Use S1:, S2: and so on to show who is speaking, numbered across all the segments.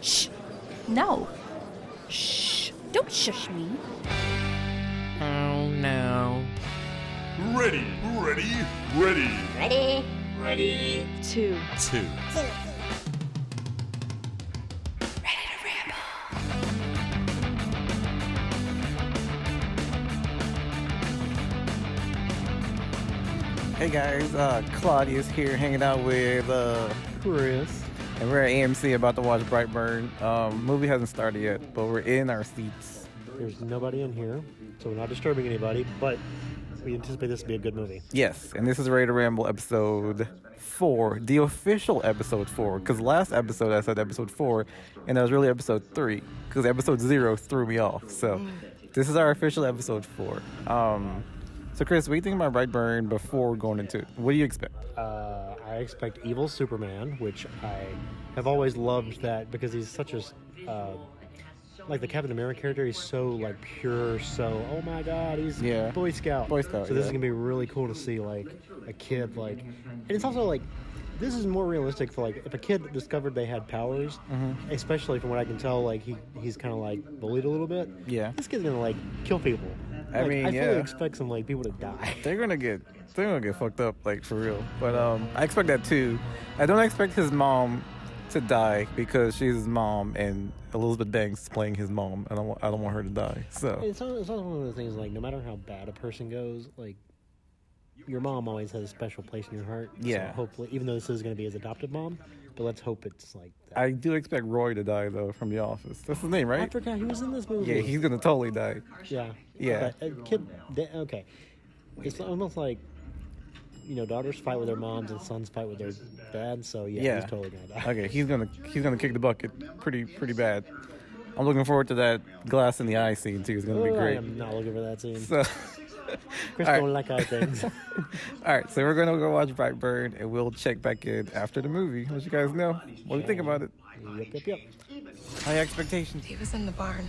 S1: Shh. No. Shh. Don't shush me.
S2: Oh no.
S3: Ready, ready, ready.
S4: Ready? Ready?
S1: Two.
S3: Two.
S5: Hey guys, uh, Claudius here, hanging out with uh, Chris, and we're at AMC about to watch Brightburn. Um, movie hasn't started yet, but we're in our seats.
S6: There's nobody in here, so we're not disturbing anybody, but we anticipate this to be a good movie.
S5: Yes, and this is Ready to Ramble episode four, the official episode four. Because last episode I said episode four, and that was really episode three. Because episode zero threw me off. So this is our official episode four. Um, so Chris, what do you think about Brightburn before going into it? What do you expect?
S6: Uh, I expect Evil Superman, which I have always loved that because he's such a. s- Uh, like the Captain America character, he's so like pure, so oh my god, he's
S5: Yeah.
S6: Boy Scout.
S5: Boy Scout,
S6: So this is
S5: yeah.
S6: gonna be really cool to see like a kid like, and it's also like, this is more realistic for like if a kid discovered they had powers,
S5: Mm-hmm.
S6: especially from what I can tell, like he he's kind of like bullied a little bit.
S5: Yeah.
S6: this kid's gonna like kill people.
S5: I
S6: Like,
S5: mean,
S6: I fully
S5: yeah.
S6: expect some like people to die.
S5: They're gonna get they're gonna get fucked up, like for real. But um I expect that too. I don't expect his mom to die because she's his mom and Elizabeth Banks is playing his mom and I don't, wa- I don't want her to die. So
S6: It's, al- it's also one of those things like no matter how bad a person goes, like your mom always has a special place in your heart. So
S5: Yeah.
S6: hopefully, even though this is going to be his adopted mom, but let's hope it's like that.
S5: I do expect Roy to die though from the office. That's his name,
S6: I,
S5: right?
S6: forgot he was in this movie.
S5: Yeah, he's gonna totally die.
S6: yeah
S5: Yeah.
S6: But, uh, kid, da- okay, it's almost like you know daughters fight with their moms and sons fight with their dads. So yeah,
S5: Yeah.
S6: he's totally gonna die.
S5: Okay, he's gonna he's gonna kick the bucket pretty pretty bad. I'm looking forward to that glass in the eye scene too. It's gonna be
S6: Ooh, I
S5: great.
S6: am not looking for that scene.
S5: So
S6: Chris
S5: all right.
S6: don't like our things.
S5: All right, so we're gonna go watch Brightburn, and we'll check back in after the movie. Let you guys know what do you think about it.
S6: yep, yep, yep.
S5: High expectations.
S7: He was in the barn.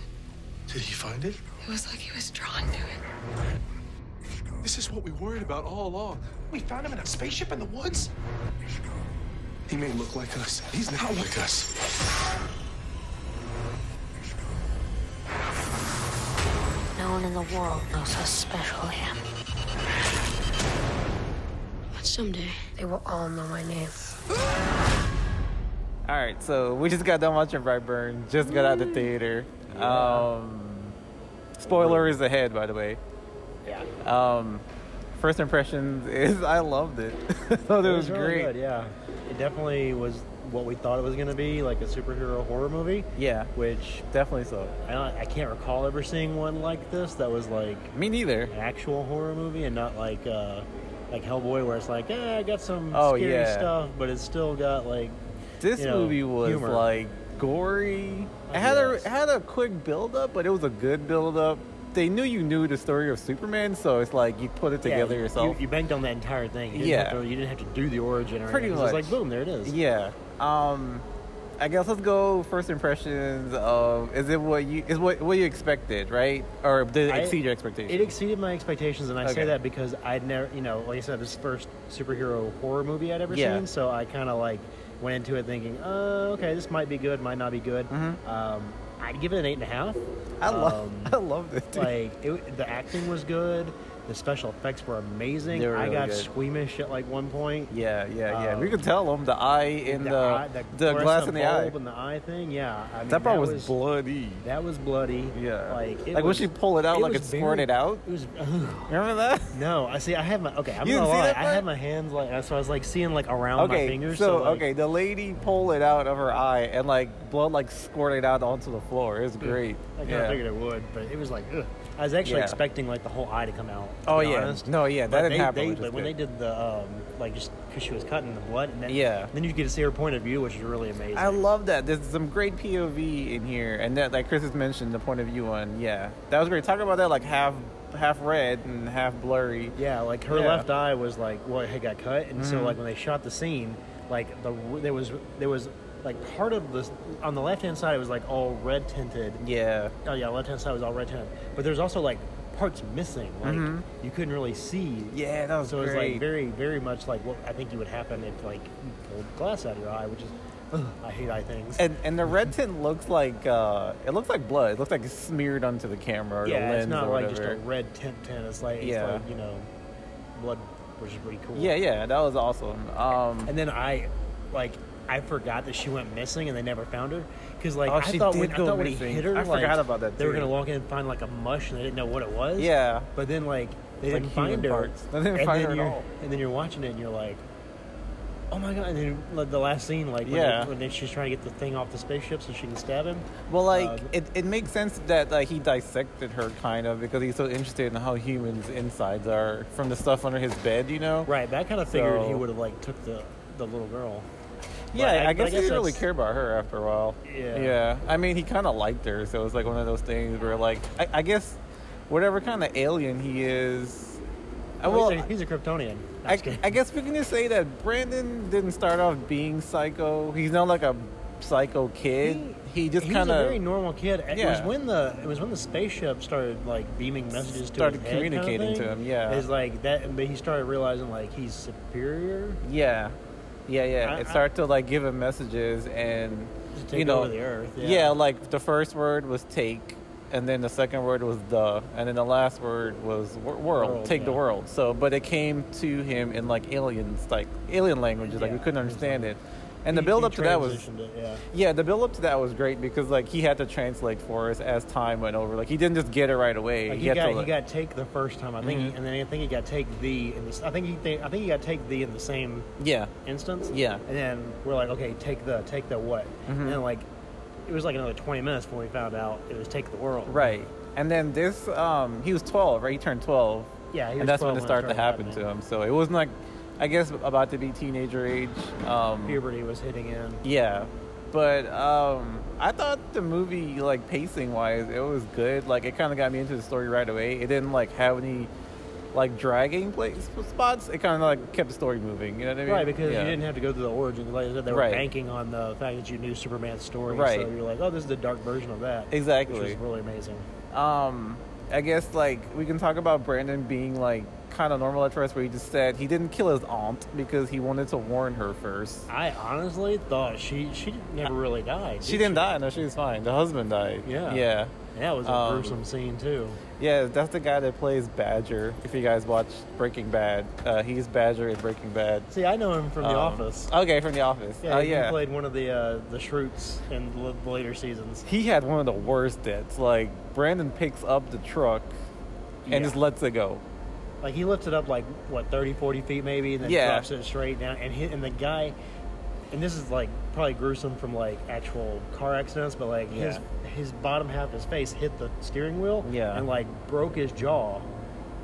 S8: Did he find it?
S7: It was like he was drawn to it.
S8: This is what we worried about all along. We found him in a spaceship in the woods. He may look like us. He's not like us.
S4: No one in the world knows how special I am. But someday, they will all know my name.
S5: All right, so we just got done watching Brightburn. Just got out of the theater. Um, spoiler is ahead, by the way.
S6: Yeah.
S5: Um, first impressions is I loved it. thought it was
S6: really
S5: great.
S6: good, yeah, it definitely was what we thought it was going to be, like a superhero horror movie.
S5: yeah,
S6: Which
S5: definitely so.
S6: I, don't, I can't recall ever seeing one like this that was like
S5: Me neither.
S6: an actual horror movie and not like uh, like Hellboy, where it's like, yeah, I got some
S5: Oh,
S6: scary
S5: yeah.
S6: stuff, but it's still got like
S5: This
S6: you know,
S5: movie was
S6: humor.
S5: like gory. It had a
S6: Yes.
S5: it had a quick build up, but it was a good build up. They knew you knew the story of Superman, so it's like you put it
S6: yeah,
S5: together
S6: you-
S5: yourself.
S6: You, banked on that entire thing. You didn't
S5: Yeah.
S6: have to, you didn't have to do the origin. Or
S5: Pretty
S6: anything. It's
S5: much.
S6: just like boom, there it is.
S5: yeah. Um I guess let's go first impressions of is it what you is what what you expected, right? Or did it
S6: I-
S5: exceed your expectations?
S6: It exceeded my expectations, and I
S5: Okay.
S6: say that because I'd never, you know, like I said, this is the first superhero horror movie I'd ever
S5: Yeah.
S6: seen. So I kind of like went into it thinking, oh, okay, this might be good, might not be good. Um, I'd give it an eight and a half.
S5: Mm-hmm. I love
S6: um,
S5: I loved it. dude.
S6: like it, the acting was good, the special effects were amazing.
S5: They were
S6: I
S5: really
S6: got
S5: good.
S6: squeamish at like one point.
S5: yeah, yeah, yeah.
S6: um,
S5: we could tell them the eye in the the,
S6: eye- fluorescent
S5: glass in the eye.
S6: bulb and the eye thing. Yeah, I mean,
S5: that part was,
S6: was
S5: bloody.
S6: That was bloody.
S5: Yeah.
S6: like it
S5: Like, when
S6: was-
S5: she pull it out, like,
S6: was
S5: it
S6: very-
S5: squirted out?
S6: It was. oh,
S5: Remember that?
S6: No, I see. I have my okay. I'm
S5: You
S6: not
S5: didn't see
S6: gonna lie.
S5: that
S6: I
S5: part?
S6: had my hands like so. I was like seeing like around my fingers.
S5: So,
S6: like,
S5: okay, the lady pulled it out of her eye and like blood like squirted out onto the floor. It was great.
S6: I kind of
S5: yeah.
S6: figured it would, but it was like ugh. I was actually
S5: Yeah.
S6: expecting like the whole eye to come out. to
S5: Oh,
S6: be
S5: yeah.
S6: honest.
S5: No, yeah, that
S6: But
S5: didn't
S6: they,
S5: happen,
S6: they-
S5: which was
S6: but when they
S5: good.
S6: did the um, like just because she was cutting the blood, and then,
S5: Yeah.
S6: then you get to see her point of view, which is really amazing.
S5: I love that. There's some great POV in here, and that like Chris has mentioned the point of view one. Yeah, that was great. Talk about that like half half red and half blurry.
S6: Yeah, like her
S5: Yeah. Mm-hmm.
S6: left eye was like well, it had got cut, and so like when they shot the scene, like the there was there was like part of this on the left hand side it was like all red tinted.
S5: Yeah,
S6: Oh yeah, left hand side was all red tinted, but there's also like parts missing, like you couldn't really see.
S5: yeah, that was
S6: So it Mm-hmm. was
S5: great.
S6: like very, very much like what I think you would happen if like you pulled glass out of your eye, which is Ugh, I hate eye things.
S5: And and the red tint looks like uh, it looks like blood. It looks like it's smeared onto the camera or the
S6: yeah,
S5: lens
S6: it's
S5: or
S6: not like
S5: whatever.
S6: just a red tint tint. It's like,
S5: Yeah.
S6: it's like you know, blood, which is pretty cool.
S5: yeah, yeah, that was awesome. Um,
S6: And then I, like, I forgot that she went missing and they never found her. Because, like,
S5: Oh,
S6: I
S5: she
S6: thought,
S5: did
S6: when, I
S5: go
S6: thought when he
S5: missing.
S6: hit her,
S5: I
S6: like,
S5: forgot about that,
S6: They were
S5: too.
S6: going to walk in and find, like, a mush and they didn't know what it was.
S5: Yeah.
S6: But then, like, they
S5: It's like
S6: didn't find
S5: human
S6: her.
S5: parts. They didn't
S6: and
S5: find
S6: then
S5: her at
S6: you're-
S5: all.
S6: And then you're watching it and you're like, oh my God. And then like, the last scene, like, when,
S5: Yeah.
S6: they- when they- she's trying to get the thing off the spaceship so she can stab him.
S5: well, like
S6: uh,
S5: it, it makes sense that like he dissected her kind of because he's so interested in how humans' insides are from the stuff under his bed, you know.
S6: Right. That kind of figured he
S5: So-
S6: would have, like, took the, the little girl.
S5: Yeah,
S6: But
S5: I, guess he didn't really
S6: that's-
S5: care about her after a while.
S6: Yeah.
S5: Yeah. I mean, he kind of liked her, so it was like one of those things where, like, I, I guess whatever kind of alien he is. I-
S6: Well,
S5: Uh, Well,
S6: he's a, he's a Kryptonian. No, I'm
S5: I,
S6: just kidding.
S5: I guess we can just say that Brandon didn't start off being psycho. He's not like a psycho kid. He, just
S6: he was
S5: kind
S6: a very
S5: of
S6: normal kid. It was
S5: Yeah.
S6: when the it was when the spaceship started like beaming messages
S5: Started
S6: to his head kinda
S5: communicating to
S6: thing.
S5: him, yeah.
S6: it's like that. But he started realizing like he's superior.
S5: yeah, yeah, yeah.
S6: I-
S5: it
S6: I-
S5: started to like give him messages and
S6: To take
S5: you know
S6: over the Earth, yeah.
S5: like the first word was take, and then the second word was the, and then the last word was wor- world.
S6: World,
S5: take the
S6: yeah.
S5: world. So, but it came to him in like aliens, like alien languages, like we
S6: Yeah,
S5: couldn't
S6: it was
S5: understand
S6: like-
S5: it. And the
S6: He-
S5: build
S6: he
S5: up to that was
S6: transitioned it, yeah.
S5: Yeah, the build up to that was great because like he had to translate for us as time went over. Like he didn't just get it right away.
S6: Like, he
S5: had
S6: got
S5: to,
S6: he
S5: like-
S6: got take the first time I think, he-
S5: Mhm.
S6: and then I think he got take the in the I think he think, I think he got take the in the same
S5: yeah,
S6: instance.
S5: Yeah. Mm-hmm.
S6: And then we're like, okay, take the take the what? And then like it was like another twenty minutes before we found out it was take the world.
S5: right. And then this, um, he was twelve, right? He turned twelve.
S6: Yeah, he was
S5: and that's when
S6: 12
S5: it
S6: when it
S5: started to
S6: started
S5: happen to
S6: happening.
S5: him. So it wasn't like, I guess, about to be teenager age. Um,
S6: Puberty was hitting in.
S5: Yeah, but um, I thought the movie, like pacing wise, it was good. Like it kind of got me into the story right away. It didn't like have any like dragging play spots. It kind of like kept the story moving. You know what I mean?
S6: Right, because
S5: Yeah.
S6: you didn't have to go through the origin. Like I said, they were
S5: Right.
S6: banking on the fact that you knew Superman's story.
S5: Right.
S6: So you're like, oh, this is the dark version of that.
S5: Exactly.
S6: Which was really amazing.
S5: um i guess like we can talk about brandon being like kind of normal at first where he just said he didn't kill his aunt because he wanted to warn her first
S6: I honestly thought she she never really died.
S5: she
S6: did
S5: didn't die no she was fine the husband died
S6: Yeah.
S5: yeah
S6: And that was a
S5: Um,
S6: gruesome scene, too.
S5: yeah that's the guy that plays badger if you guys watch breaking bad uh, he's badger in breaking bad
S6: See, I know him from The
S5: Um,
S6: Office.
S5: okay from the office
S6: uh, yeah,
S5: oh
S6: he
S5: yeah
S6: played one of the uh, the Shroots in the l- later seasons.
S5: he had one of the worst deaths like brandon picks up the truck and
S6: Yeah.
S5: just lets it go
S6: Like, he lifts it up, like, what, 30, 40 feet maybe, and then
S5: Yeah.
S6: drops it straight down. And, he, and the guy, and this is, like, probably gruesome from, like, actual car accidents, but, like, his, his bottom half of his face hit the steering wheel
S5: Yeah.
S6: and, like, broke his jaw.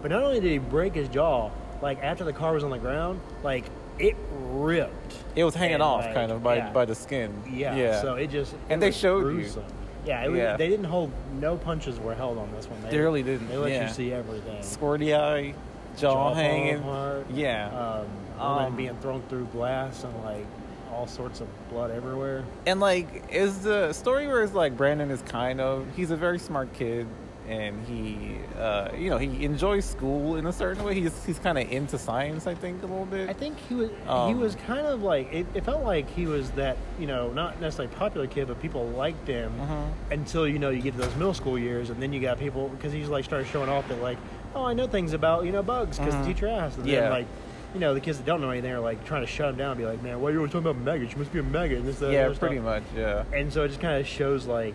S6: But not only did he break his jaw, like, after the car was on the ground, like, it ripped.
S5: it was hanging
S6: And,
S5: off
S6: like,
S5: kind of by,
S6: yeah.
S5: by the skin
S6: Yeah,
S5: yeah
S6: so it just.
S5: And
S6: it
S5: they
S6: was
S5: showed you.
S6: gruesome. Yeah, it was,
S5: Yeah.
S6: they didn't hold, no punches were held on this one.
S5: They really didn't,
S6: They let
S5: yeah.
S6: you see everything.
S5: squirty eye, jaw,
S6: jaw
S5: hanging.
S6: apart,
S5: Yeah.
S6: Um, women
S5: Um,
S6: being thrown through glass and like all sorts of blood everywhere.
S5: and like, is the story where it's like Brandon is kind of he's a very smart kid. And he, uh, you know, he enjoys school in a certain way. He's he's kind of into science, I think, a little bit.
S6: I think he was he
S5: Um,
S6: was kind of like it, it felt like he was that you know not necessarily popular kid, but people liked him
S5: Mm-hmm.
S6: until you know you get to those middle school years, and then you got people because he's like started showing off that like oh I know things about you know bugs because the teacher asked, and
S5: Mm-hmm. Yeah.
S6: then like. You know the kids that don't know anything are like trying to shut him down and be like, "Man, why are you always talking about maggots? You must be a maggot." And this, that, and the
S5: yeah,
S6: other stuff.
S5: pretty much. Yeah.
S6: And so it just kind of shows like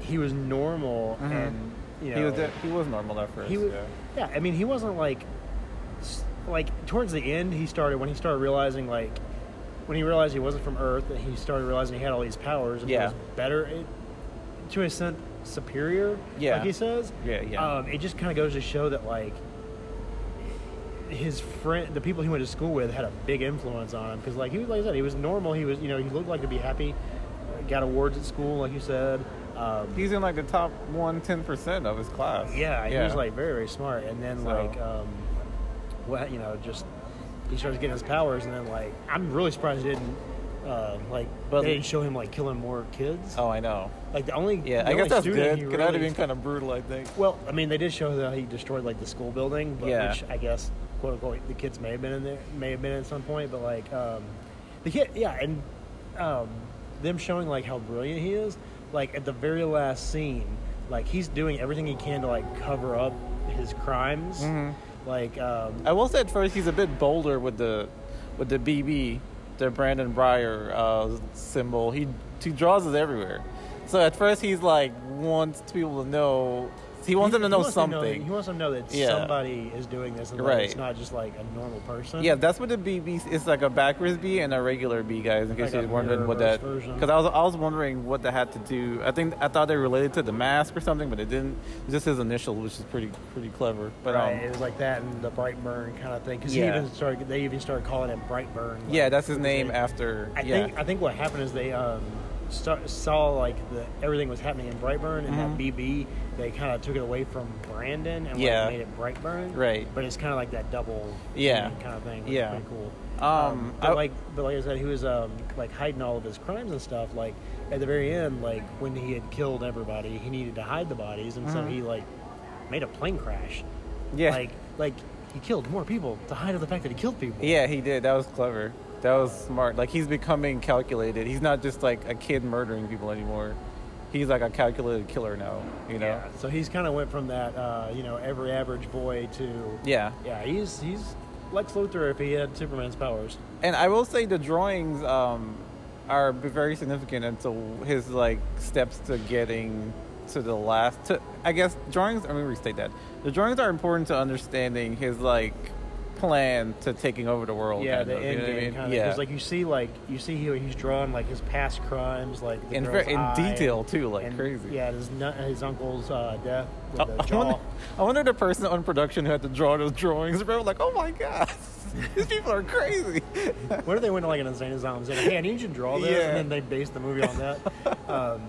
S6: he was normal and you know
S5: Mm-hmm. he was he was normal at first.
S6: he was
S5: yeah.
S6: yeah. I mean he wasn't like s- like towards the end he started when he started realizing like when he realized he wasn't from Earth and he started realizing he had all these powers and
S5: Yeah.
S6: he was better it, to an extent superior
S5: Yeah.
S6: like he says
S5: Yeah, yeah.
S6: um, it just kind of goes to show that like his friend, the people he went to school with, had a big influence on him because, like he was, like I said, he was normal. He was, you know, he looked like to be happy. Got awards at school, like you said. Um,
S5: He's in like the top one ten percent of his class.
S6: yeah, he was like very, very smart. And then
S5: So-
S6: like, um, what you know, just he starts getting his powers, and then like, I'm really surprised they didn't. Uh, like,
S5: But-
S6: they didn't show him like killing more kids.
S5: Oh, I know.
S6: Like the only
S5: Yeah,
S6: the
S5: I
S6: only
S5: guess that's
S6: student
S5: good.
S6: he
S5: Could that have
S6: really-
S5: been kind of brutal? I think.
S6: well, I mean, they did show that he destroyed like the school building, but
S5: Yeah.
S6: which I guess quote unquote the kids may have been in there, may have been at some point, but like um, the kid, yeah, and um, them showing like how brilliant he is, like at the very last scene, like he's doing everything he can to like cover up his crimes. Like um,
S5: Mm-hmm. I will say at first he's a bit bolder with the with the BB, the Brandon Breyer uh, symbol. He he draws it everywhere. So at first he's like wants people to know. He wants them to know something.
S6: he wants them to know that
S5: Yeah.
S6: somebody is doing this, and like,
S5: Right.
S6: it's not just like a normal person.
S5: yeah, that's what the BB. It's like a backwards B and a regular B, guys. In case
S6: Like a
S5: you're wondering what
S6: mirror
S5: that.
S6: version.
S5: Because I was I was wondering what that had to do. I think I thought they related to the mask or something, but it didn't. It's just his initial, which is pretty pretty clever. But
S6: Right,
S5: um,
S6: it was like that and the Brightburn kind of thing. Because
S5: Yeah.
S6: even started, they even started calling it Brightburn. like,
S5: yeah, that's his
S6: because
S5: name
S6: they-
S5: after.
S6: I
S5: yeah.
S6: think uh, I think what happened is they um, start, saw like the everything was happening in Brightburn and
S5: Mm-hmm.
S6: that BB they kind of took it away from Brandon and like,
S5: Yeah.
S6: made it Brightburn.
S5: Right.
S6: But it's kind of like that double
S5: Yeah.
S6: kind of thing. Which
S5: Yeah.
S6: Is pretty cool.
S5: Um,
S6: but
S5: I-
S6: like but like I said, he was um, like hiding all of his crimes and stuff. Like at the very end, like when he had killed everybody, he needed to hide the bodies, and
S5: Mm-hmm.
S6: so he like made a plane crash.
S5: Yeah.
S6: Like like he killed more people to hide the fact that he killed people.
S5: Yeah, he did. That was clever. That was smart. Like he's becoming calculated. He's not just like a kid murdering people anymore. He's like a calculated killer now. You know.
S6: Yeah, so he's kind of went from that, uh, you know, every average boy to
S5: Yeah.
S6: yeah, he's he's Lex Luthor if he had Superman's powers.
S5: And I will say the drawings um, are b- very significant until his like steps to getting to the last. To, I guess drawings. Let me restate that. The drawings are important to understanding his like plan to taking over the world.
S6: yeah,
S5: kind
S6: the
S5: of, you
S6: end
S5: know what I
S6: game
S5: mean?
S6: kind of.
S5: Yeah.
S6: like you see, like you see, he, he's drawn like his past crimes, like the
S5: In
S6: girl's
S5: ver- in
S6: eye,
S5: detail, too, like
S6: and,
S5: crazy.
S6: Yeah, his nu- his uncle's uh, death with
S5: I
S6: the
S5: I
S6: jaw.
S5: wonder, I wonder the person on production who had to draw those drawings. Bro, like, oh my god, these people are crazy.
S6: What if they went to like an insane asylum and said, "Hey, I need you to draw this,"
S5: Yeah.
S6: and then they based the movie on that? um,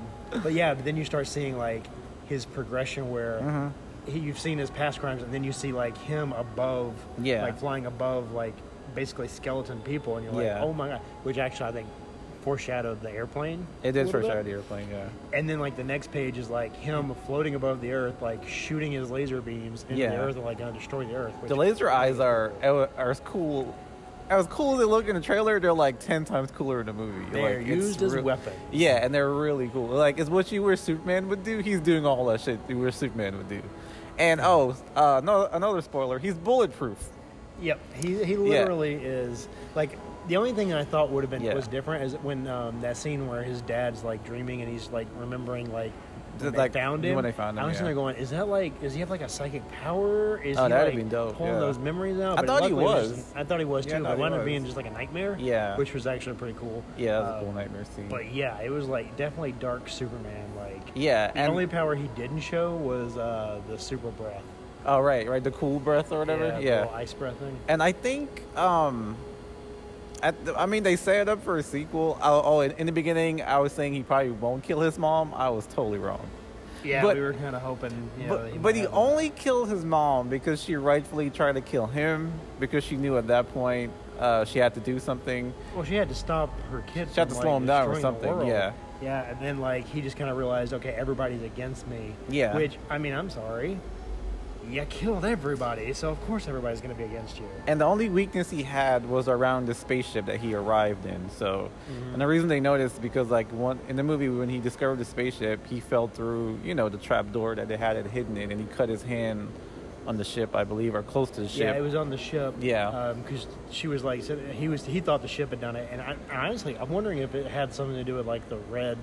S6: but yeah, but then you start seeing like his progression where
S5: Uh-huh.
S6: he, you've seen his past crimes, and then you see like him above,
S5: Yeah.
S6: like flying above like basically skeleton people, and you're like,
S5: Yeah.
S6: "Oh my god!" Which actually I think foreshadowed the airplane.
S5: It
S6: a
S5: did
S6: little
S5: first
S6: bit.
S5: out of the airplane, yeah.
S6: And then like the next page is like him floating above the earth, like shooting his laser beams into
S5: Yeah.
S6: the earth and like gonna destroy the earth. Which,
S5: The laser eyes are are as cool. As cool as they look in the trailer, they're like ten times cooler in the movie.
S6: They
S5: like,
S6: are
S5: it's
S6: used as
S5: real-
S6: weapons.
S5: Yeah, and they're really cool. Like it's what you wish Superman would do. He's doing all that shit you wish Superman would do. And oh, uh, no, another spoiler. He's bulletproof.
S6: Yep, he, he literally is like the only thing that I thought would have been
S5: Yeah.
S6: was different is when um, that scene where his dad's like dreaming and he's like remembering like
S5: The-
S6: when they
S5: like,
S6: found
S5: when
S6: him.
S5: they found him,
S6: I was
S5: yeah.
S6: sitting there going, is that like is he have like a psychic power? Is
S5: Oh,
S6: he
S5: that'd
S6: like
S5: have been dope,
S6: pulling
S5: yeah.
S6: those memories out?
S5: I
S6: But
S5: thought he
S6: luckily it was
S5: was.
S6: just- I thought he was too.
S5: Yeah, I thought
S6: but it
S5: he
S6: wound up
S5: was.
S6: being just like a nightmare.
S5: Yeah.
S6: which was actually pretty cool.
S5: Yeah, that's a
S6: Um,
S5: cool nightmare scene.
S6: But yeah, it was like definitely dark Superman. Like
S5: yeah,
S6: the
S5: and
S6: only power he didn't show was uh, the super breath.
S5: oh right, right, the cool breath or whatever.
S6: the
S5: yeah.
S6: little ice breath thing.
S5: and I think, um, at the, I mean, they set it up for a sequel. Oh, oh in, in the beginning, I was saying he probably won't kill his mom. I was totally wrong.
S6: Yeah,
S5: But-
S6: we were kind of hoping. You know,
S5: but
S6: that
S5: he,
S6: might
S5: but he
S6: have that.
S5: only killed his mom because she rightfully tried to kill him because she knew at that point uh, she had to do something.
S6: Well, she had to stop her kid.
S5: She had
S6: from,
S5: to slow
S6: like,
S5: him down or
S6: destroying the
S5: something,
S6: world.
S5: yeah.
S6: Yeah, and then like he just kind of realized, okay, everybody's against me.
S5: Yeah.
S6: Which I mean, I'm sorry. You killed everybody, so of course everybody's going to be against you.
S5: And the only weakness he had was around the spaceship that he arrived in. So,
S6: Mm-hmm.
S5: and the reason they noticed because like one in the movie when he discovered the spaceship, he fell through you know the trap door that they had it hidden in, and he cut his hand on the ship, I believe, or close to the ship.
S6: Yeah, it was on the ship.
S5: Yeah.
S6: because she was like, said he was he thought the ship had done it, and I, I honestly I'm wondering if it had something to do with like the red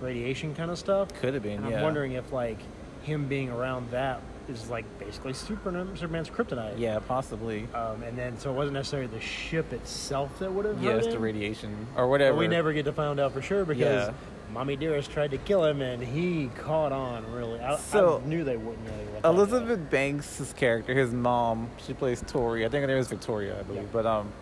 S6: radiation kind of stuff.
S5: Could have been,
S6: And I'm
S5: yeah.
S6: wondering if like him being around that is like basically Superman, Superman's kryptonite.
S5: Yeah, possibly.
S6: Um, and then, so it wasn't necessarily the ship itself that would have.
S5: yeah,
S6: hurt
S5: it's
S6: him,
S5: the radiation or
S6: but
S5: whatever.
S6: we never get to find out for sure because
S5: Yeah.
S6: Mommy Dearest tried to kill him, and he caught on. Really, I,
S5: So,
S6: I knew they wouldn't really. let that happen.
S5: Elizabeth Banks' character, his mom, she plays Tori. I think her name is Victoria, I believe.
S6: Yeah.
S5: But um,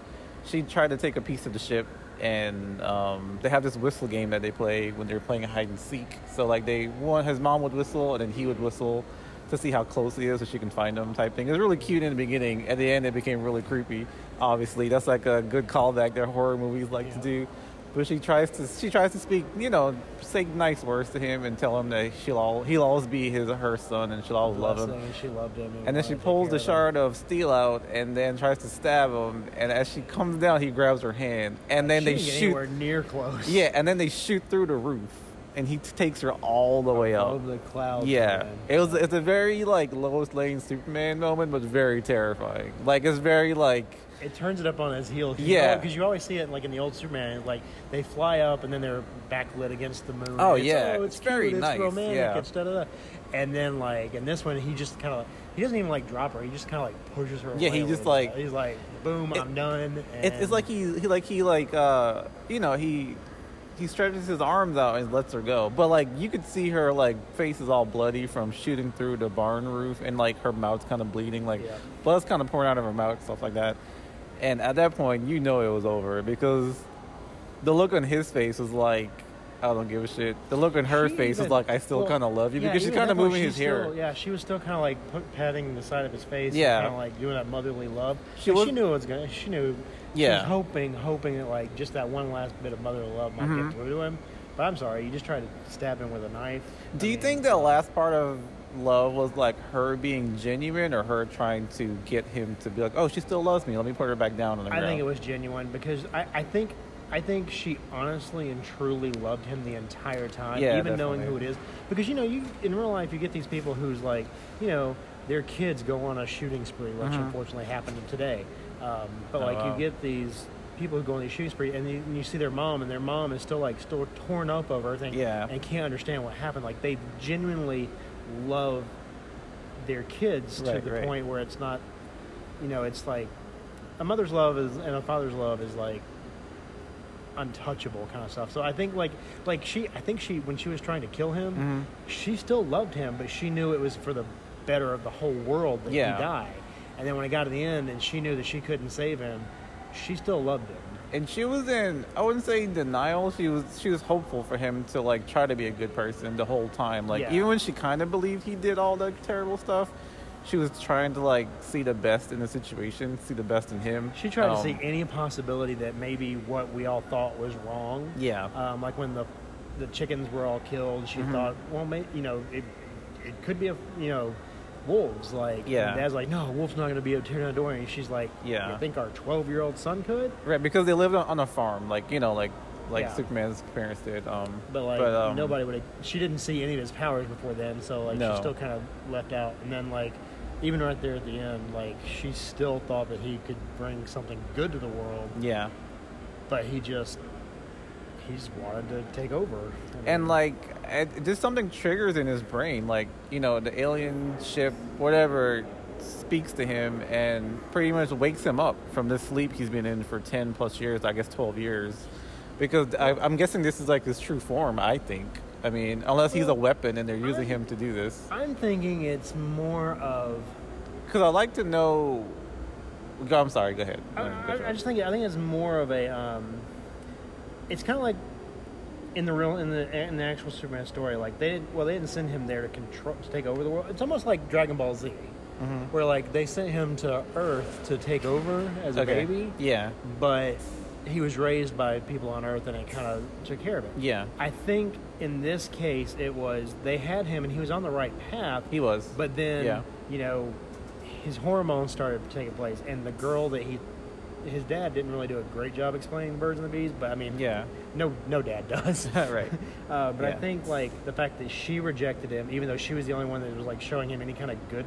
S5: she tried to take a piece of the ship, and um, they have this whistle game that they play when they're playing hide and seek. So like they one, his mom would whistle, and then he would whistle to see how close he is, so she can find him, type thing. It was really cute in the beginning. At the end, it became really creepy. Obviously, that's like a good callback that horror movies like to do. But she tries to she tries to speak, you know, say nice words to him and tell him that she'll al- he'll always be his her son and she'll always love him.
S6: Blessing, and she loved him.
S5: And then
S6: wanted
S5: she
S6: to take
S5: pulls
S6: care
S5: the
S6: of him.
S5: shard of steel out and then tries to stab him. And as she comes down, he grabs her hand. And then
S6: She
S5: they
S6: didn't get
S5: shoot.
S6: anywhere near close.
S5: Yeah, and then they shoot through the roof. And he t- takes her all the way up.
S6: Over the clouds.
S5: Yeah,
S6: man.
S5: it was. It's a very like Lois Lane Superman moment, but very terrifying. Like it's very like
S6: It turns it up on its heel. Cause
S5: Yeah.
S6: because you always see it like in the old Superman, like they fly up and then they're backlit against the moon.
S5: Oh,
S6: it's,
S5: yeah.
S6: oh, it's,
S5: It's
S6: cute,
S5: very
S6: it's
S5: nice,
S6: romantic,
S5: yeah.
S6: it's da da da. And then like in this one, he just kind of like, he doesn't even like drop her. He just kind of like pushes her.
S5: Yeah,
S6: away
S5: he
S6: a
S5: just,
S6: little bit.
S5: like-
S6: he's like boom,
S5: It-
S6: I'm done. And
S5: it's, it's like he he like he like uh you know he he stretches his arms out and lets her go, but like you could see her like face is all bloody from shooting through the barn roof, and like her mouth's kind of bleeding, like
S6: Yeah.
S5: blood's kind of pouring out of her mouth, stuff like that. And at that point, you know it was over because the look on his face was like. I don't give a shit. The look on her
S6: She
S5: face is
S6: even-
S5: like, I still
S6: well,
S5: kind of love you
S6: yeah,
S5: because she's
S6: even
S5: kind of
S6: that point,
S5: moving
S6: she
S5: his hair.
S6: still- Yeah, she was still kind of like put, patting the side of his face.
S5: Yeah.
S6: kind of like doing that motherly love.
S5: She
S6: She,
S5: was-
S6: she knew it was gonna. She knew.
S5: Yeah.
S6: she was hoping, hoping that like just that one last bit of motherly love might
S5: Mm-hmm.
S6: get through to him. But I'm sorry, you just tried to stab him with a knife. I
S5: Do you
S6: mean,
S5: think that last part of love was like her being genuine or her trying to get him to be like, oh, she still loves me. Let me put her back down on the
S6: I
S5: ground.
S6: think it was genuine because I, I think I think she honestly and truly loved him the entire time,
S5: Yeah,
S6: even knowing who
S5: definitely.
S6: it is. Because you know, you in real life you get these people who's like, you know, their kids go on a shooting spree, which unfortunately happened today. Um, but like
S5: Mm-hmm. Oh, wow.
S6: you get these people who go on these shooting spree, and you, and you see their mom, and their mom is still like still torn up over everything,
S5: Yeah.
S6: and can't understand what happened. Like they genuinely love their kids
S5: Right,
S6: to the
S5: right.
S6: point where it's not, you know, it's like a mother's love is and a father's love is like untouchable kind of stuff. So I think like like she I think she when she was trying to kill him,
S5: Mm-hmm.
S6: she still loved him, but she knew it was for the better of the whole world that
S5: Yeah.
S6: he die. And then when it got to the end and she knew that she couldn't save him, she still loved him.
S5: and she was in I wouldn't say denial. She was she was hopeful for him to like try to be a good person the whole time. Like
S6: Yeah.
S5: even when she kind of believed he did all the terrible stuff, she was trying to like see the best in the situation, see the best in him.
S6: She tried to
S5: Um,
S6: see any possibility that maybe what we all thought was wrong.
S5: Yeah.
S6: Um, like when the the chickens were all killed,
S5: Mm-hmm.
S6: she thought, well, may, you know, it it could be a you know wolves. Like and
S5: Yeah.
S6: Dad's like, no, a wolf's not going to be a Tyrannosaurus. And she's like,
S5: Yeah.
S6: You think our twelve year old son could?
S5: right because they lived on, on a farm, like you know, like like
S6: Yeah.
S5: Superman's parents did. Um,
S6: But like
S5: um,
S6: nobody would. have She didn't see any of his powers before then, so like
S5: No.
S6: she's still kind of left out. And then like even right there at the end, like she still thought that he could bring something good to the world.
S5: Yeah.
S6: but he just he just wanted to take over.
S5: and like it, just something triggers in his brain like you know the alien ship whatever speaks to him and pretty much wakes him up from this sleep he's been in for 10 plus years i guess 12 years because I, i'm guessing this is like his true form i think i mean unless he's a weapon and they're using him to do this
S6: I'm thinking it's more of
S5: because i like to know Go- i'm sorry go ahead
S6: I, Oh, I, I just think I think it's more of a um, it's kind of like in the real in the in the actual Superman story like they didn't well they didn't send him there to control to take over the world. It's almost like Dragon Ball Z.
S5: Mm-hmm.
S6: Where like they sent him to Earth to take over as a
S5: okay
S6: baby,
S5: yeah
S6: but he was raised by people on Earth and it kind of took care of it.
S5: yeah
S6: I think in this case it was they had him and he was on the right path.
S5: he was
S6: But then
S5: Yeah.
S6: you know his hormones started taking place, and the girl that he his dad didn't really do a great job explaining the birds and the bees, but I mean
S5: Yeah.
S6: no no dad does
S5: Right.
S6: Uh, but
S5: Yeah.
S6: I think like the fact that she rejected him, even though she was the only one that was like showing him any kind of good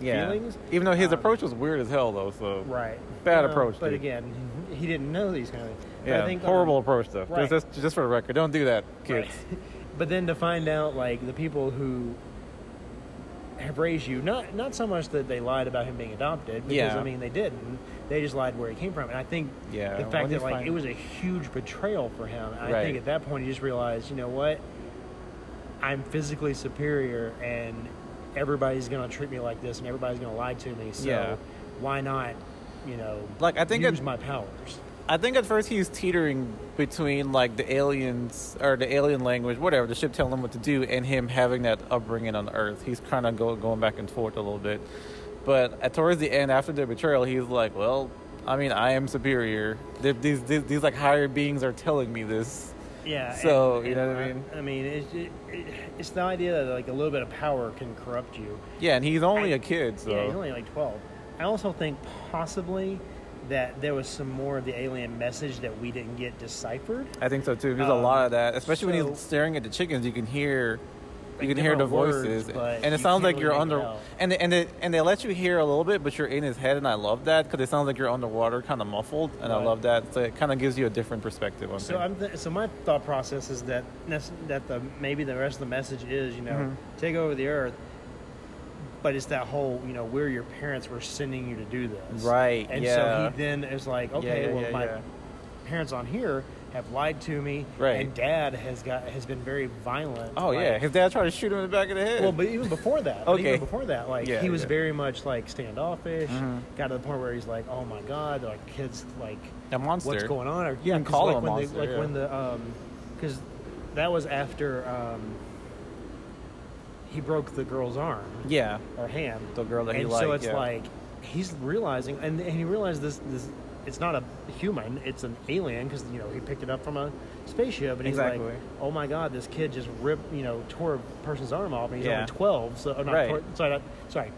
S5: yeah
S6: feelings,
S5: even though his
S6: um,
S5: approach was weird as hell though so
S6: right
S5: Bad
S6: Um,
S5: approach,
S6: But
S5: dude.
S6: again, he didn't know these kind of things. But I
S5: Yeah,
S6: think, um,
S5: horrible approach though.
S6: right.
S5: Just, just- just for the record, don't do that, kids.
S6: Right. but then to find out like the people who have raised you, not not so much that they lied about him being adopted, because
S5: Yeah.
S6: I mean they didn't. They just lied where he came from, and I think
S5: Yeah,
S6: the
S5: when
S6: fact
S5: you
S6: that like
S5: find-
S6: it was a huge betrayal for him. I
S5: Right.
S6: think at that point he just realized, you know what, I'm physically superior, and everybody's gonna treat me like this, and everybody's gonna lie to me. So
S5: Yeah.
S6: why not, you know,
S5: Like, I think
S6: use
S5: it-
S6: my powers.
S5: I think at first he's teetering between like the aliens or the alien language, whatever the ship telling him what to do, and him having that upbringing on Earth. He's kind of go, going back and forth a little bit, but at, towards the end, after the betrayal, he's like, "Well, I mean, I am superior. Th- These, these, these like higher beings are telling me this.
S6: Yeah.
S5: So, you know what I mean?
S6: I mean, it's, it, it, it's the idea that like a little bit of power can corrupt you.
S5: Yeah, and he's only
S6: I-
S5: a kid, so
S6: Yeah, he's only like 12. I also think possibly that there was some more of the alien message that we didn't get deciphered.
S5: I think so too. There's a
S6: Um,
S5: lot of that, especially when
S6: so-
S5: he's staring at the chickens. You can hear, you can
S6: Like
S5: hear the
S6: different words,
S5: voices,
S6: but
S5: and it
S6: you
S5: sounds
S6: can't
S5: like
S6: really
S5: you're
S6: make it
S5: under.
S6: out.
S5: And they, and they, and they let you hear a little bit, but you're in his head, and I love that because it sounds like you're underwater, kind of muffled, and I
S6: Right.
S5: love that. So it kind of gives you a different perspective on
S6: So
S5: things.
S6: I'm th- so my thought process is that nes- that the maybe the rest of the message is you know
S5: Mm-hmm.
S6: take over the earth, but it's that whole you know we're your parents we're sending you to do this
S5: Right,
S6: and
S5: yeah.
S6: so he then is like okay
S5: yeah,
S6: well
S5: yeah,
S6: my
S5: yeah.
S6: parents on here have lied to me
S5: Right.
S6: and dad has got has been very violent
S5: Oh
S6: like-
S5: yeah, his dad tried to shoot him in the back of the head.
S6: well, but even before that, but
S5: Okay.
S6: even before that, like
S5: Yeah,
S6: he was
S5: yeah. Mm-hmm.
S6: very much like standoffish. Got to the point where he's like, "Oh my god, like kids, like
S5: A monster.
S6: what's going on?" Or,
S5: Yeah,
S6: 'cause,
S5: call
S6: like,
S5: him a
S6: when
S5: monster,
S6: They, like
S5: yeah.
S6: when the because that was after um, he broke the girl's arm
S5: yeah,
S6: or hand,
S5: The girl that he
S6: and so
S5: liked,
S6: it's
S5: yeah.
S6: like he's realizing, and, and he realized this this. It's not a human; it's an alien because you know he picked it up from a spaceship, and he's
S5: Exactly.
S6: like, "Oh my god, this kid just ripped you know tore a person's arm off, and he's
S5: Yeah.
S6: only twelve, so oh, not
S5: Right.
S6: tore- sorry, not- sorry,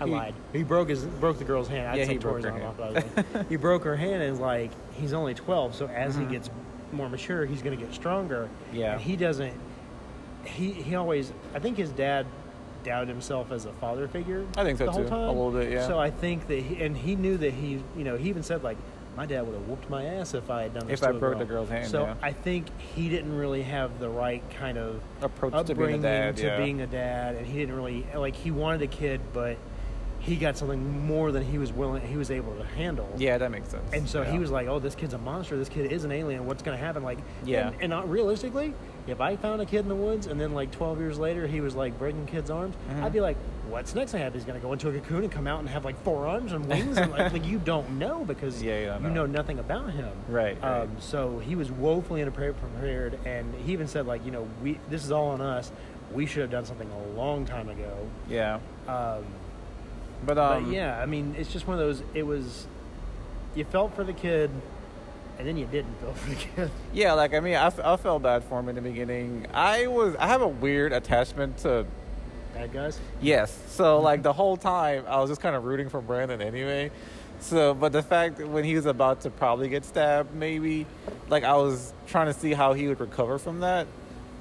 S6: I
S5: He-
S6: lied. He broke his broke the girl's hand. I
S5: Yeah,
S6: said
S5: he
S6: tore his
S5: broke
S6: arm
S5: her
S6: off, but I was like, he broke her hand, and like he's only twelve, so as he gets more mature, he's going to get stronger.
S5: Yeah.
S6: and he doesn't. He he always. I think his dad doubted himself as a father figure.
S5: I think so,
S6: the whole
S5: too. A
S6: Time.
S5: little bit, yeah.
S6: So I think that, he, and he knew that he, you know, he even said like, my dad would have whooped my ass if I had done this.
S5: If I
S6: to a
S5: broke
S6: girl."
S5: the girl's hand,
S6: So
S5: yeah.
S6: I think he didn't really have the right kind of
S5: Approach to being a
S6: upbringing
S5: dad,
S6: to
S5: yeah.
S6: being a dad, and he didn't really like he wanted a kid, but he got something more than he was willing, he was able to handle.
S5: yeah, that makes sense.
S6: And so
S5: Yeah.
S6: he was like, "Oh, this kid's a monster. This kid is an alien. What's going to happen?" Like,
S5: Yeah.
S6: And, and not realistically, if I found a kid in the woods and then like 12 years later he was like breaking kids' arms,
S5: Mm-hmm.
S6: I'd be like, "What's next? I have he's going to go into a cocoon and come out and have like four arms and wings and like, like, you don't know because
S5: Yeah, you don't
S6: you
S5: know.
S6: know nothing about him."
S5: Right, right.
S6: Um, so he was woefully unprepared, and he even said like, "You know, we this is all on us. We should have done something a long time ago."
S5: yeah,
S6: Um,
S5: but um,
S6: but yeah, I mean, it's just one of those. It was, you felt for the kid, and then you didn't feel for the kid.
S5: Yeah, like I mean, I, f- I felt bad for him in the beginning. I was I have a weird attachment to
S6: Bad guys.
S5: yes. So like the whole time I was just kind of rooting for Brandon anyway. So but the fact that when he was about to probably get stabbed, maybe like I was trying to see how he would recover from that.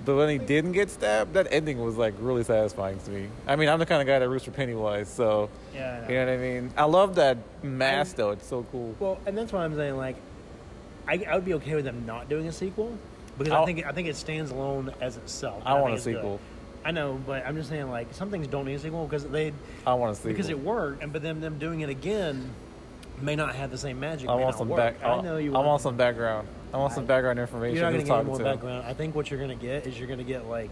S5: But when he didn't get stabbed, that ending was like really satisfying to me. I mean, I'm the kind of guy that roots for Pennywise, so
S6: Yeah, I know.
S5: you know what I mean. I love that mask though; it's so cool.
S6: Well, and that's why I'm saying like, I, I would be okay with them not doing a sequel because
S5: I'll-
S6: I think I think it stands alone as itself.
S5: I
S6: and
S5: want
S6: think
S5: a
S6: it's good.
S5: sequel.
S6: I know, but I'm just saying like some things don't need a sequel because they
S5: I want to see
S6: because it worked, and but then them doing it again may not have the same magic.
S5: I
S6: may
S5: want
S6: not
S5: some
S6: work.
S5: back.
S6: I know you.
S5: I
S6: want-
S5: want some background. I want some
S6: I-
S5: background information.
S6: You're not going
S5: just
S6: to get
S5: talking
S6: any more
S5: to him.
S6: background. I think what you're going to get is you're going to get like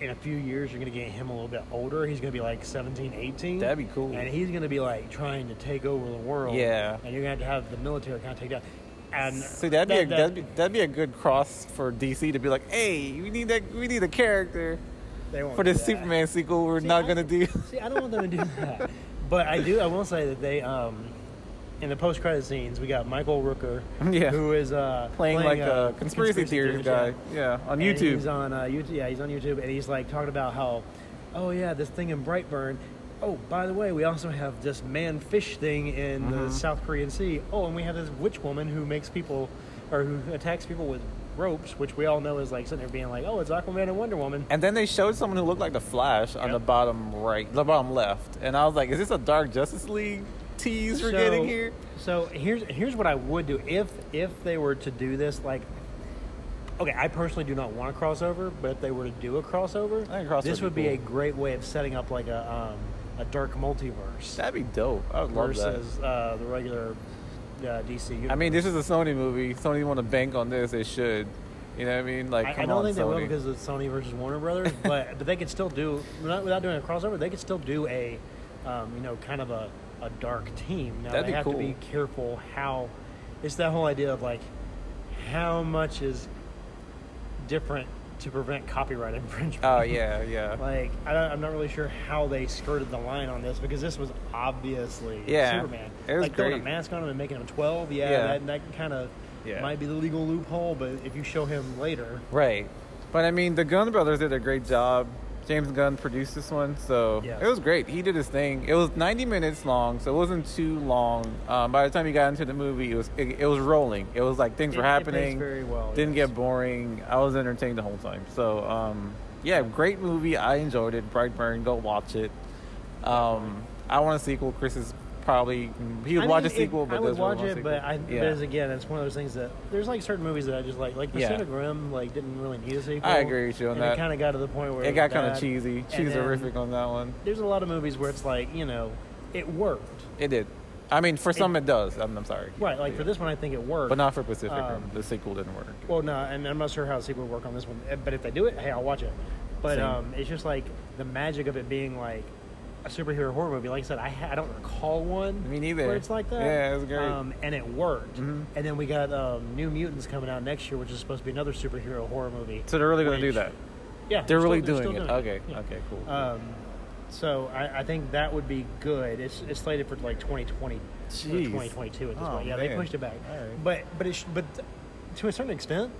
S6: in a few years you're going to get him a little bit older. He's going to be like 17, 18.
S5: That'd be cool.
S6: And he's going to be like trying to take over the world.
S5: Yeah.
S6: And you're going to have to have the military kind of take down. And
S5: See, that'd be,
S6: that-
S5: a,
S6: that-
S5: that'd be that'd be a good cross for DC to be like, hey, we need that we need a character
S6: they won't
S5: for
S6: do
S5: this
S6: that.
S5: Superman sequel. We're
S6: See,
S5: not
S6: I-
S5: gonna do.
S6: See, I don't want them to do that. But I do. I will say that they, um, in the post-credit scenes, we got Michael Rooker,
S5: Yeah.
S6: who is uh,
S5: Playing like
S6: uh,
S5: a conspiracy, theorist guy, yeah, on
S6: And
S5: YouTube.
S6: He's on uh, YouTube. Yeah, he's on YouTube, and he's like talking about how, oh yeah, this thing in Brightburn. Oh, by the way, we also have this man-fish thing in
S5: Mm-hmm.
S6: the South Korean Sea. Oh, and we have this witch woman who makes people, or who attacks people with ropes, which we all know is like sitting there being like, oh, it's Aquaman and Wonder Woman.
S5: and then they showed someone who looked like the Flash on
S6: Yep.
S5: the bottom right, the bottom left, and I was like, is this a Dark Justice League tease we're getting here?
S6: So here's here's what I would do if if they were to do this like. Okay, I personally do not want a crossover, but if they were to do a crossover,
S5: I think crossover
S6: this
S5: would
S6: would
S5: be
S6: be a
S5: cool.
S6: great way of setting up like a um, a dark multiverse
S5: That'd be dope. I would love that.
S6: versus uh, the regular uh, DC. Universe.
S5: I mean, this is a Sony movie. Sony want to bank on this. They should. You know what I mean? Like,
S6: I,
S5: come
S6: I don't
S5: on,
S6: think they will
S5: Sony.
S6: because it's Sony versus Warner Brothers, but but they could still do without, without doing a crossover. They could still do a, um, you know, kind of a, a dark team. Now
S5: That'd
S6: they
S5: be
S6: have to be
S5: cool.
S6: careful how. It's that whole idea of like, how much is different to prevent copyright infringement.
S5: Oh yeah, yeah,
S6: Like I don't, I'm not really sure how they skirted the line on this because this was obviously
S5: Yeah.
S6: Superman.
S5: It was
S6: like throwing a
S5: great.
S6: mask on him and making him 12. Yeah,
S5: Yeah.
S6: that, that kind of
S5: Yeah.
S6: might be the legal loophole, but if you show him later,
S5: right. But I mean, the Gunn brothers did a great job. James Gunn produced this one, so
S6: Yes.
S5: it was great. He did his thing. It was 90 minutes long, so it wasn't too long. Um, by the time you got into the movie, it was it, it was rolling. It was like things
S6: It-
S5: were
S6: it paced
S5: happening.
S6: very well,
S5: Didn't
S6: yes.
S5: get boring. I was entertained the whole time. So um, yeah, great movie. I enjoyed it. Brightburn, go watch it. Um, I want a sequel. Chris is probably he would
S6: I
S5: watch
S6: mean,
S5: a sequel,
S6: it,
S5: but
S6: I would
S5: doesn't really
S6: watch
S5: want a
S6: it. But
S5: sequel.
S6: I, but
S5: Yeah.
S6: as again, it's one of those things that there's like certain movies that I just like, like
S5: Yeah.
S6: Pacific Rim. Like didn't really need a sequel.
S5: I agree with you on
S6: and
S5: that.
S6: It kind of got to the point where
S5: It got kind of
S6: bad.
S5: cheesy,
S6: And then
S5: cheeserific on that one.
S6: There's a lot of movies where it's like you know, it worked.
S5: It did. I mean, for some it, does. I'm, I'm sorry.
S6: Right, like for
S5: Yeah.
S6: this one, I think it worked.
S5: but not for Pacific
S6: Um,
S5: Rim. The sequel didn't work.
S6: Well, no, and I'm not sure how the sequel would work on this one. eh, But if they do it, hey, I'll watch it. But
S5: Same.
S6: um, it's just like the magic of it being like a superhero horror movie. Like I said, I, ha- I don't recall one.
S5: Me neither.
S6: Where it's like that.
S5: Yeah, it was great.
S6: Um, and it worked.
S5: Mhm.
S6: And then we got um, New Mutants coming out next year, which is supposed to be another superhero horror movie.
S5: So they're really going to do
S6: which-
S5: that.
S6: Yeah,
S5: They're
S6: still-
S5: really
S6: still
S5: doing, it. Okay.
S6: Yeah.
S5: Okay. Cool.
S6: Um, so I, I think that would be good. It's, it's slated for like 2020
S5: Jeez.
S6: or 2022 at this
S5: Oh,
S6: point. Yeah, they
S5: man.
S6: pushed it back.
S5: All right. Mm-hmm.
S6: But but it sh- but to a certain extent,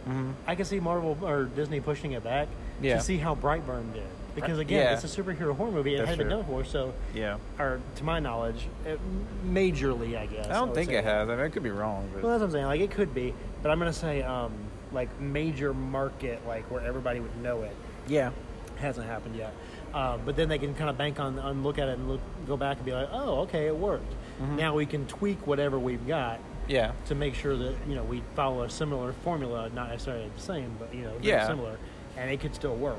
S6: I can see Marvel or Disney pushing it back
S5: Yeah. Uh,
S6: to see how Brightburn did. Because again,
S5: yeah.
S6: it's a superhero horror movie. It
S5: That's
S6: hadn't been
S5: true.
S6: done before, so
S5: yeah.
S6: or to my knowledge, it, majorly, I guess.
S5: I don't
S6: would
S5: think
S6: say.
S5: it has. I mean, I could be wrong. But
S6: Well, that's what I'm saying. Like it could be, but I'm gonna say um, like major market, like where everybody would know it
S5: yeah.
S6: hasn't happened yet. Uh, but then they can kind of bank on, on look at it and look, go back and be like, oh, okay, it worked.
S5: Mm-hmm.
S6: Now we can tweak whatever we've got
S5: Yeah.
S6: to make sure that you know we follow a similar formula, not necessarily the same, but you know, very
S5: Yeah.
S6: similar, and it could still work.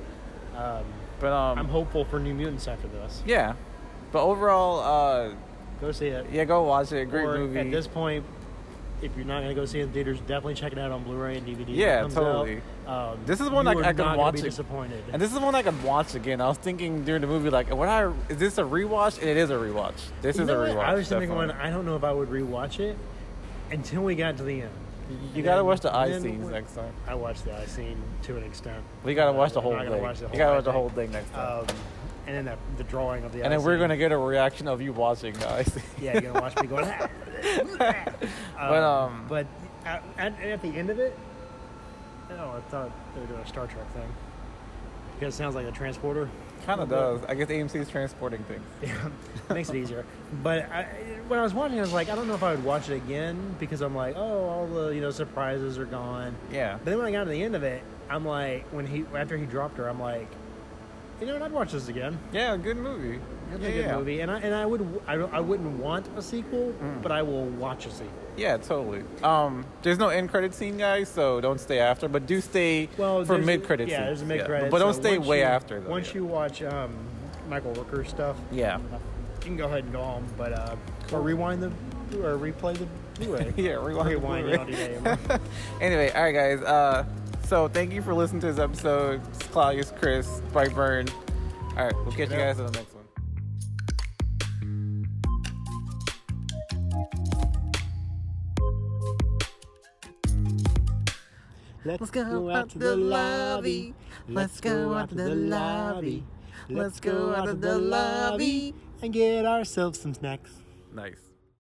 S6: Um,
S5: But um.
S6: I'm hopeful for New Mutants after this.
S5: yeah. But overall, uh,
S6: Go see it.
S5: yeah, go watch it. Great
S6: or
S5: movie.
S6: At this point, if you're not going to go see it in theaters, definitely check it out on Blu-ray and DVD. when it
S5: Yeah,
S6: comes out.
S5: totally.
S6: Um,
S5: This is one
S6: you
S5: I-
S6: are
S5: I could
S6: not gonna
S5: watch
S6: Be
S5: it.
S6: disappointed.
S5: and this is one I could watch again. I was thinking during the movie, like, what I is this a rewatch? And it is a rewatch. This
S6: You
S5: is a
S6: know what?
S5: rewatch.
S6: I was thinking
S5: definitely.
S6: one. I don't know if I would rewatch it until we got to the end.
S5: You gotta
S6: then-
S5: watch the eye
S6: then
S5: scenes
S6: we-
S5: next time.
S6: I watched the eye scene to an extent.
S5: We gotta watch the
S6: I'm
S5: whole
S6: not gonna
S5: thing.
S6: watch the
S5: you gotta
S6: eye
S5: watch the whole thing next time.
S6: Um, and then that, the drawing of the.
S5: and
S6: eye
S5: then we're
S6: scene.
S5: gonna get a reaction of you watching the eye scene.
S6: Yeah, you're gonna watch me going. "Ah."
S5: But um,
S6: But at, at, at the end of it, oh, I thought they were doing a Star Trek thing. Because it sounds like a transporter.
S5: kind of does. I guess AMC is transporting things.
S6: makes it easier. But I, when I was watching, it, I was like, I don't know if I would watch it again because I'm like, oh, all the you know surprises are gone.
S5: Yeah.
S6: But then when I got to the end of it, I'm like, when he after he dropped her, I'm like, you know what? I'd watch this again.
S5: Yeah, good movie.
S6: It's
S5: yeah,
S6: a good
S5: yeah.
S6: movie, and I and I would I, don't- I wouldn't want a sequel,
S5: Mm.
S6: but I will watch a sequel.
S5: Yeah, totally. Um, there's no end credit scene, guys, so don't stay after, but do stay
S6: Well,
S5: for
S6: there's a-
S5: mid credit.
S6: Yeah, there's a mid credit.
S5: but don't stay way after though.
S6: Once
S5: yeah.
S6: you watch um, Michael Rooker stuff,
S5: Yeah.
S6: you can go ahead and go home, but uh, or rewind the or replay the Blu-ray.
S5: Yeah, rewind the
S6: rewind
S5: Blu-ray.
S6: it all today. I'm-
S5: Anyway, all right, guys. Uh, so thank you for listening to this episode. It's Claudius, Chris, Brightburn. All right, we'll catch you guys on the next one.
S6: Let's, go out to the lobby. Let's go out to the lobby. Let's go out to the lobby and get ourselves some snacks.
S5: Nice.